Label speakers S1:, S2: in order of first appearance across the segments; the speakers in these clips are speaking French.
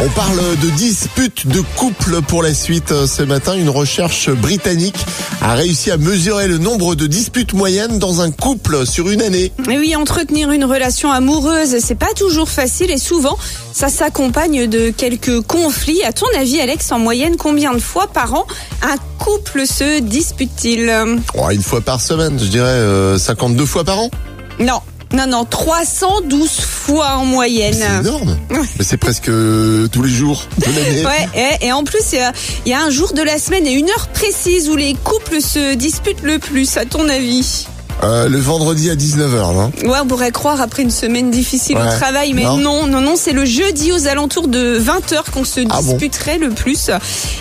S1: On parle de disputes de couple pour la suite ce matin. Une recherche britannique a réussi à mesurer le nombre de disputes moyennes dans un couple sur une année.
S2: Et oui, entretenir une relation amoureuse, c'est pas toujours facile et souvent, ça s'accompagne de quelques conflits. À ton avis, Alex, en moyenne, combien de fois par an un couple se dispute-t-il
S1: Oh, une fois par semaine, je dirais euh, 52 fois par an.
S2: Non, non, non, 312 fois en moyenne.
S1: C'est énorme. Mais c'est presque euh, tous les jours de l'année.
S2: Ouais, et, et en plus, il y a- il y a un jour de la semaine et une heure précise où les couples se disputent le plus, à ton avis
S1: Euh, le vendredi à hein. 19h, non
S2: Ouais, on pourrait croire après une semaine difficile
S1: Ouais.
S2: au travail, mais
S1: Non.
S2: non, non, non, c'est le jeudi aux alentours de 20h qu'on se
S1: Ah bon
S2: disputerait le plus.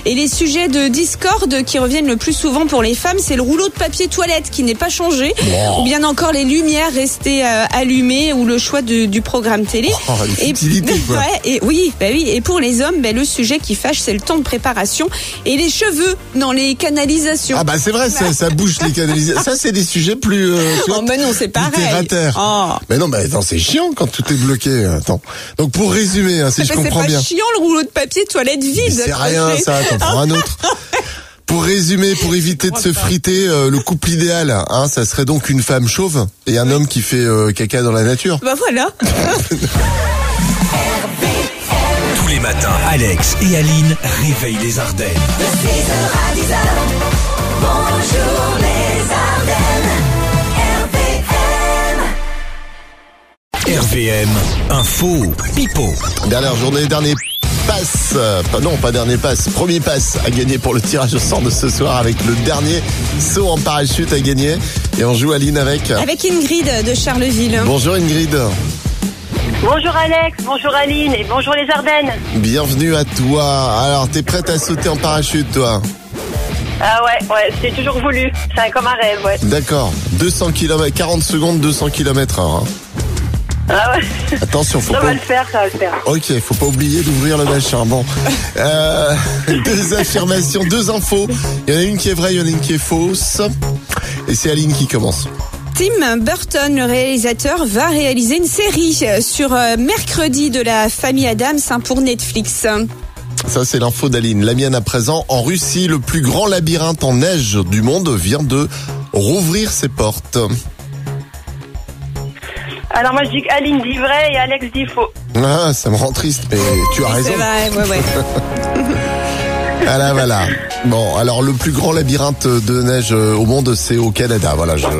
S2: Et les sujets de discorde qui reviennent le plus souvent pour les femmes, c'est le rouleau de papier toilette qui n'est pas changé,
S1: Oh.
S2: ou bien encore les lumières restées euh, allumées, ou le choix de- du programme télé.
S1: Oh, les futilités, quoi.
S2: Ouais, et oui, bah oui, et pour les hommes, bah, le sujet qui fâche, c'est le temps de préparation et les cheveux dans les canalisations.
S1: Ah bah c'est vrai, ça, ça bouge les canalisations. Ça c'est des sujets plus... euh, tu vois,
S2: Oh, mais non, c'est
S1: plus terre à
S2: pareil.
S1: terre.
S2: Oh.
S1: Mais non, mais attends, c'est chiant quand tout est bloqué. Attends. Donc pour résumer, hein, si
S2: Mais
S1: je
S2: C'est
S1: comprends
S2: pas
S1: bien.
S2: chiant le rouleau de papier toilette
S1: Mais
S2: vide.
S1: C'est rien
S2: crochet.
S1: ça, t'en prends un autre. Pour résumer, pour éviter de se friter, euh, le couple idéal, hein, ça serait donc une femme chauve et un homme qui fait euh, caca dans la nature.
S2: Bah voilà.
S3: Tous les matins, Alex et Aline réveillent les Ardennes.
S4: Bonjour les Ardennes, RPM.
S3: RVM, info, pipo.
S1: Dernière journée, dernier passe, euh, pas- non pas dernier passe, premier passe à gagner pour le tirage au sort de ce soir avec le dernier saut en parachute à gagner. Et on joue Aline avec.
S2: Avec Ingrid de Charleville.
S1: Bonjour Ingrid,
S5: Bonjour Alex, bonjour Aline et bonjour les Ardennes.
S1: bienvenue à toi. Alors t'es prête à sauter en parachute toi
S5: Ah ouais, ouais, c'est toujours voulu. C'est un- comme un rêve, ouais.
S1: D'accord, 200 km, 40 secondes, 200 km heure. hein.
S5: Ah ouais.
S1: Attention, faut
S5: Ça
S1: pas...
S5: va le faire, ça va le faire.
S1: Ok, faut pas oublier d'ouvrir le machin. Bon, Euh, deux affirmations, deux infos. Il y en a une qui est vraie, il y en a une qui est fausse. Et c'est Aline qui commence.
S2: Tim Burton, le réalisateur, va réaliser une série sur euh, mercredi de la famille Adams hein, pour Netflix.
S1: Ça, c'est l'info d'Aline. La mienne à présent. En Russie, le plus grand labyrinthe en neige du monde vient de rouvrir ses portes.
S5: Alors moi je dis que Aline dit vrai et Alex dit faux.
S1: Ah, ça me rend triste, mais tu as raison.
S2: C'est vrai, ouais, ouais.
S1: Ah là, voilà. Bon, alors le plus grand labyrinthe de neige euh, au monde, c'est au Canada. Voilà, je.
S5: Ouais.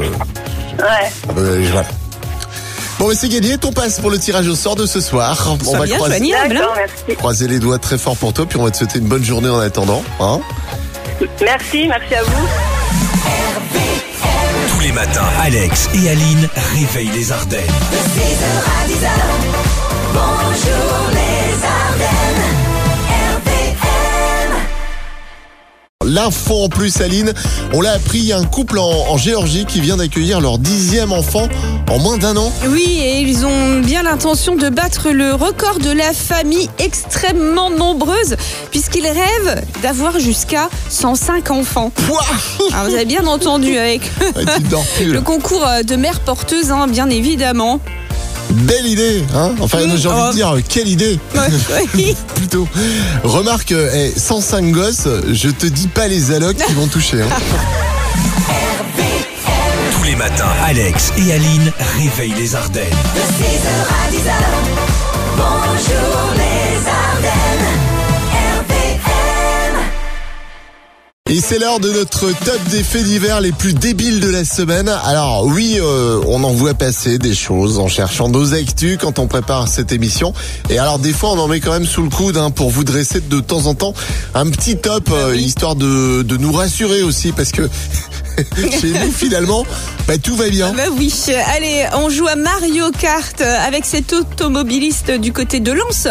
S1: euh, je- voilà. Bon, mais c'est gagné. Ton passe pour le tirage au sort de ce soir.
S2: Sois bien joignable. hein.
S5: D'accord, merci.
S1: Croisez les doigts très fort pour toi, puis on va te souhaiter une bonne journée en attendant. Hein
S5: Merci, merci à vous.
S3: Tous les matins, Alex et Aline réveillent les Ardennes.
S4: Bonjour les Ardennes, RPM.
S1: L'info en plus, Aline, on l'a appris, il y a un couple en, en Géorgie qui vient d'accueillir leur dixième enfant en moins d'un an.
S2: Oui, et ils ont bien l'intention de battre le record de la famille extrêmement nombreuse, puisqu'ils rêvent d'avoir jusqu'à 105 enfants.
S1: Pouah
S2: Alors, vous avez bien entendu avec
S1: Ouais, tu dors plus, là.
S2: le concours euh, de mères porteuses, hein, bien évidemment.
S1: Belle idée, hein Enfin,
S2: Mmh,
S1: j'ai envie
S2: oh.
S1: de dire, quelle idée,
S2: Oui.
S1: plutôt. Remarque, euh, eh, 105 gosses, je te dis pas les allocs qui vont toucher. hein.
S3: Tous les matins, Alex et Aline réveillent les Ardennes.
S4: De 6h à 10h, bonjour les Ardennes, RPM.
S1: Et c'est l'heure de notre top des faits divers les plus débiles de la semaine. Alors oui, euh, on en voit passer des choses en cherchant nos actus quand on prépare cette émission. Et alors des fois, on en met quand même sous le coude hein, pour vous dresser de temps en temps un petit top, euh, histoire de, de nous rassurer aussi, parce que chez nous, finalement, bah, tout va bien.
S2: Bah oui, allez, on joue à Mario Kart avec cet automobiliste du côté de Lens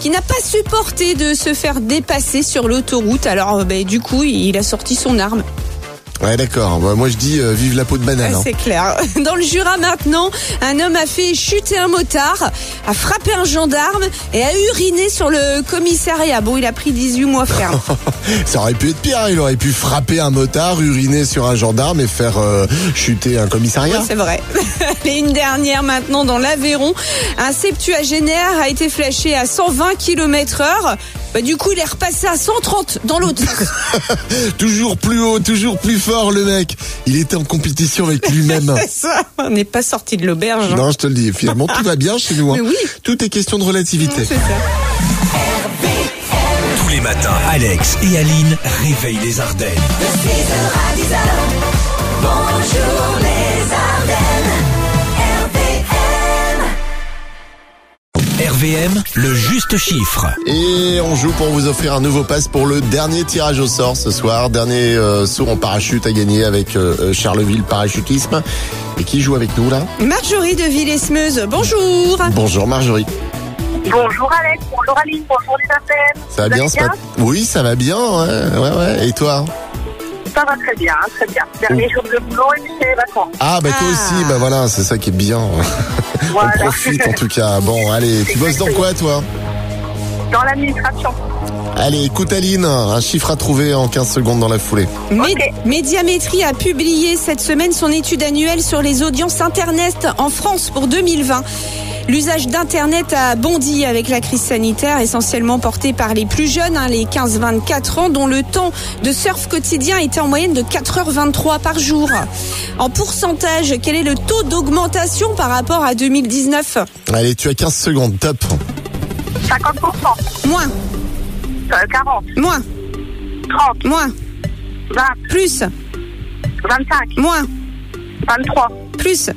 S2: qui n'a pas euh, supporté de se faire dépasser sur l'autoroute. Alors, bah, du coup, il a sorti son arme. Ah,
S1: Ouais, d'accord. Bah, moi, je dis euh, vive la peau de banane. hein.
S2: C'est clair. Dans le Jura maintenant, un homme a fait chuter un motard, a frappé un gendarme et a uriné sur le commissariat. Bon, il a pris 18 mois ferme.
S1: Ça aurait pu être pire. hein. Il aurait pu frapper un motard, uriner sur un gendarme et faire euh, chuter un commissariat.
S2: Oui, c'est vrai. Et une dernière maintenant dans l'Aveyron. Un septuagénaire a été flashé à 120 km heure. Bah, du coup, il est repassé à 130 dans l'autre. sens.
S1: toujours plus haut, toujours plus fort, le mec. Il était en compétition avec lui-même.
S2: Ça, on n'est pas sorti de l'auberge. hein.
S1: non, je te le dis. Finalement, tout va bien chez nous. hein.
S2: Mais oui.
S1: Tout est question de
S2: C'est
S1: relativité.
S2: ça.
S3: Tous les matins, Alex et Aline réveillent les Ardennes.
S4: De 6h à 10h, bonjour les Ardennes, RVM.
S3: RVM, le juste chiffre.
S1: Et on joue pour vous offrir un nouveau pass pour le dernier tirage au sort ce soir. Dernier euh, saut en parachute à gagner avec euh, euh, Charleville Parachutisme. Et qui joue avec nous là
S2: Marjorie de Villesmeuse, bonjour.
S1: Bonjour Marjorie.
S5: Bonjour Alex, bonjour Aline, bonjour les Ardennes.
S1: Ça va
S5: Vous
S1: bien
S5: allez
S1: ce matin Oui, ça va bien. Ouais, ouais, ouais. Et toi
S5: Ça va très bien, hein, très bien. Dernier jour de boulot et puis c'est les vacances.
S1: Ah, bah toi
S2: Ah.
S1: aussi. Bah voilà, c'est ça qui est bien.
S5: Voilà.
S1: On profite en tout cas. Bon, allez, tu bosses dans quoi toi
S5: Dans l'administration.
S1: Allez, écoute Aline, un chiffre à trouver en 15 secondes dans la foulée.
S2: Mé- Médiamétrie a publié cette semaine son étude annuelle sur les audiences Internet en France pour 2020. L'usage d'Internet a bondi avec la crise sanitaire, essentiellement portée par les plus jeunes, hein, les 15-24 ans, dont le temps de surf quotidien était en moyenne de 4h23 par jour. En pourcentage, quel est le taux d'augmentation par rapport à 2019
S1: Allez, tu as 15 secondes, top.
S5: 50%,
S2: Moins,
S5: euh, 40,
S2: moins,
S5: 30,
S2: moins,
S5: 20,
S2: plus,
S5: 25,
S2: moins,
S5: 23,
S2: plus.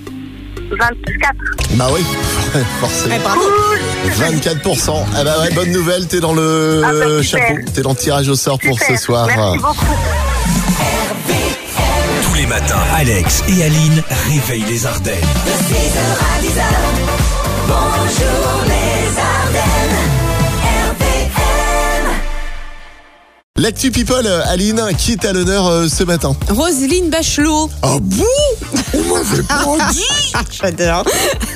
S5: 24.
S1: Bah oui, forcément.
S2: Eh, bravo.
S1: 24%. Ah bah ouais, bonne nouvelle, t'es dans le
S5: Ah bah super.
S1: chapeau, t'es dans le tirage au sort pour ce
S5: Super,
S1: soir. euh,
S5: Merci beaucoup.
S3: Tous les matins, Alex et Aline réveillent les Ardennes.
S4: De 6h à 10h, bonjour les Ardennes, RVM.
S1: L'actu people, euh, Aline, qui est à l'honneur euh, ce matin
S2: Roselyne Bachelot.
S1: Ah bon On m'avait pas dit
S2: J'adore.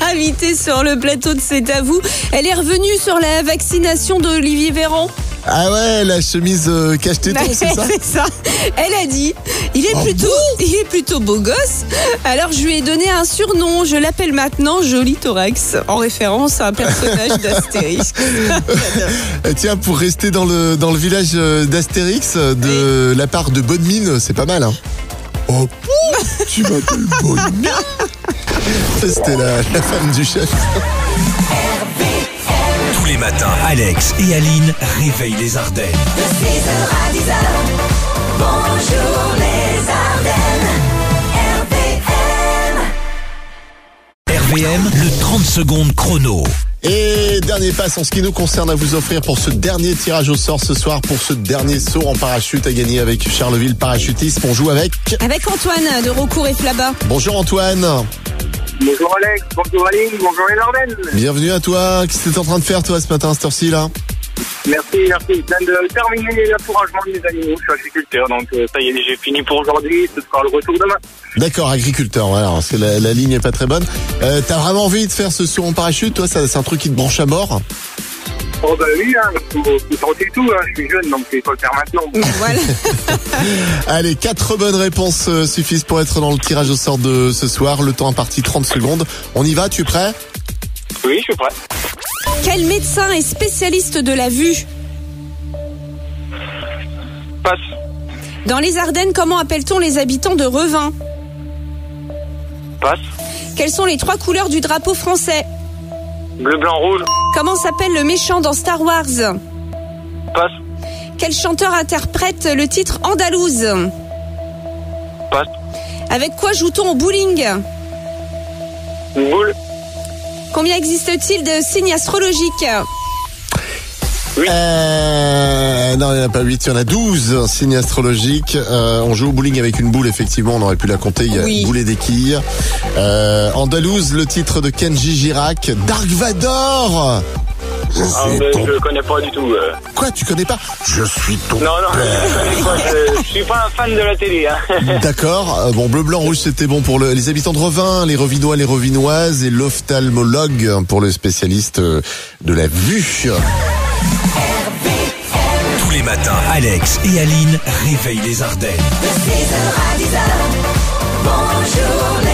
S2: Invitée sur le plateau de C'est à vous, elle est revenue sur la vaccination d'Olivier Véran.
S1: Ah ouais, la chemise euh, cache-téton,
S5: Bah,
S1: c'est ça Ah
S2: C'est ça. Elle a dit il est, plutôt, il est plutôt beau gosse. Alors je lui ai donné un surnom. Je l'appelle maintenant Joli Thorax, en référence à un personnage d'Astérix. J'adore.
S1: Euh, Tiens, pour rester dans le, dans le village euh, d'Astérix, euh, de la part de Bonne Mine, c'est pas mal. Hein. Oh, pou, tu m'appelles Bonne Mine Ça, C'était la, la femme du chef.
S3: Tous les matins, Alex et Aline réveillent les Ardennes.
S4: De 6h à 10h, bonjour les Ardennes, RVM.
S3: RVM, le 30 secondes chrono.
S1: Et dernier pass en ce qui nous concerne à vous offrir pour ce dernier tirage au sort ce soir, pour ce dernier saut en parachute à gagner avec Charleville Parachutisme. On joue avec.
S2: Avec Antoine de Recours et Flaba.
S1: Bonjour Antoine,
S5: Bonjour Alex, bonjour Aline, bonjour les Ardennes.
S1: bienvenue à toi. Qu'est-ce que t'es en train de faire toi ce matin, à cette heure-ci là
S5: Merci, merci. Je viens de terminer l'encouragement de mes animaux. Je suis agriculteur, donc euh, ça y est, j'ai fini pour aujourd'hui. Ce sera le retour demain.
S1: D'accord, agriculteur, alors c'est la, la ligne est pas très bonne. Euh, T'as vraiment envie de faire ce saut en parachute, toi ça- c'est un truc qui te branche à mort
S5: Oh bah oui, hein, faut, faut tenter tout. Hein. Je suis jeune, donc il faut le faire maintenant.
S2: Voilà.
S1: Allez, quatre bonnes réponses euh, suffisent pour être dans le tirage au sort de ce soir. Le temps imparti 30 secondes. On y va, tu es prêt
S5: Oui, je suis prêt.
S2: Quel médecin est spécialiste de la vue
S5: Passe.
S2: Dans les Ardennes, comment appelle-t-on les habitants de Revin
S5: Passe.
S2: Quelles sont les trois couleurs du drapeau français
S5: Bleu, blanc, rouge.
S2: Comment s'appelle le méchant dans Star Wars
S5: Passe.
S2: Quel chanteur interprète le titre Andalouse
S5: Passe.
S2: Avec quoi joue-t-on au bowling
S5: Une boule.
S2: Combien existe-t-il de signes astrologiques
S1: Euh, non, il n'y en a pas 8, il y en a 12 signes astrologiques. Euh, on joue au bowling avec une boule, effectivement, on aurait pu la compter. Il y a
S2: Oui.
S1: boule et des quilles. Euh, Andalouse, le titre de Kenji Girac. Dark Vador
S5: Ah,
S1: C'est
S5: ben,
S1: ton-
S5: Je connais pas du tout. euh.
S1: Quoi, tu connais pas Je suis ton
S5: Non, non, je connais pas. Je, je suis pas un fan de la télé. Hein.
S1: D'accord. Euh, Bon, bleu, blanc, rouge, c'était bon pour le- les habitants de Revin, les Revinois, les Revinoises et l'ophtalmologue hein, pour le spécialiste euh, de la vue.
S3: Tous les matins, Alex et Aline réveillent les Ardennes.
S4: De 6h à 10h, bonjour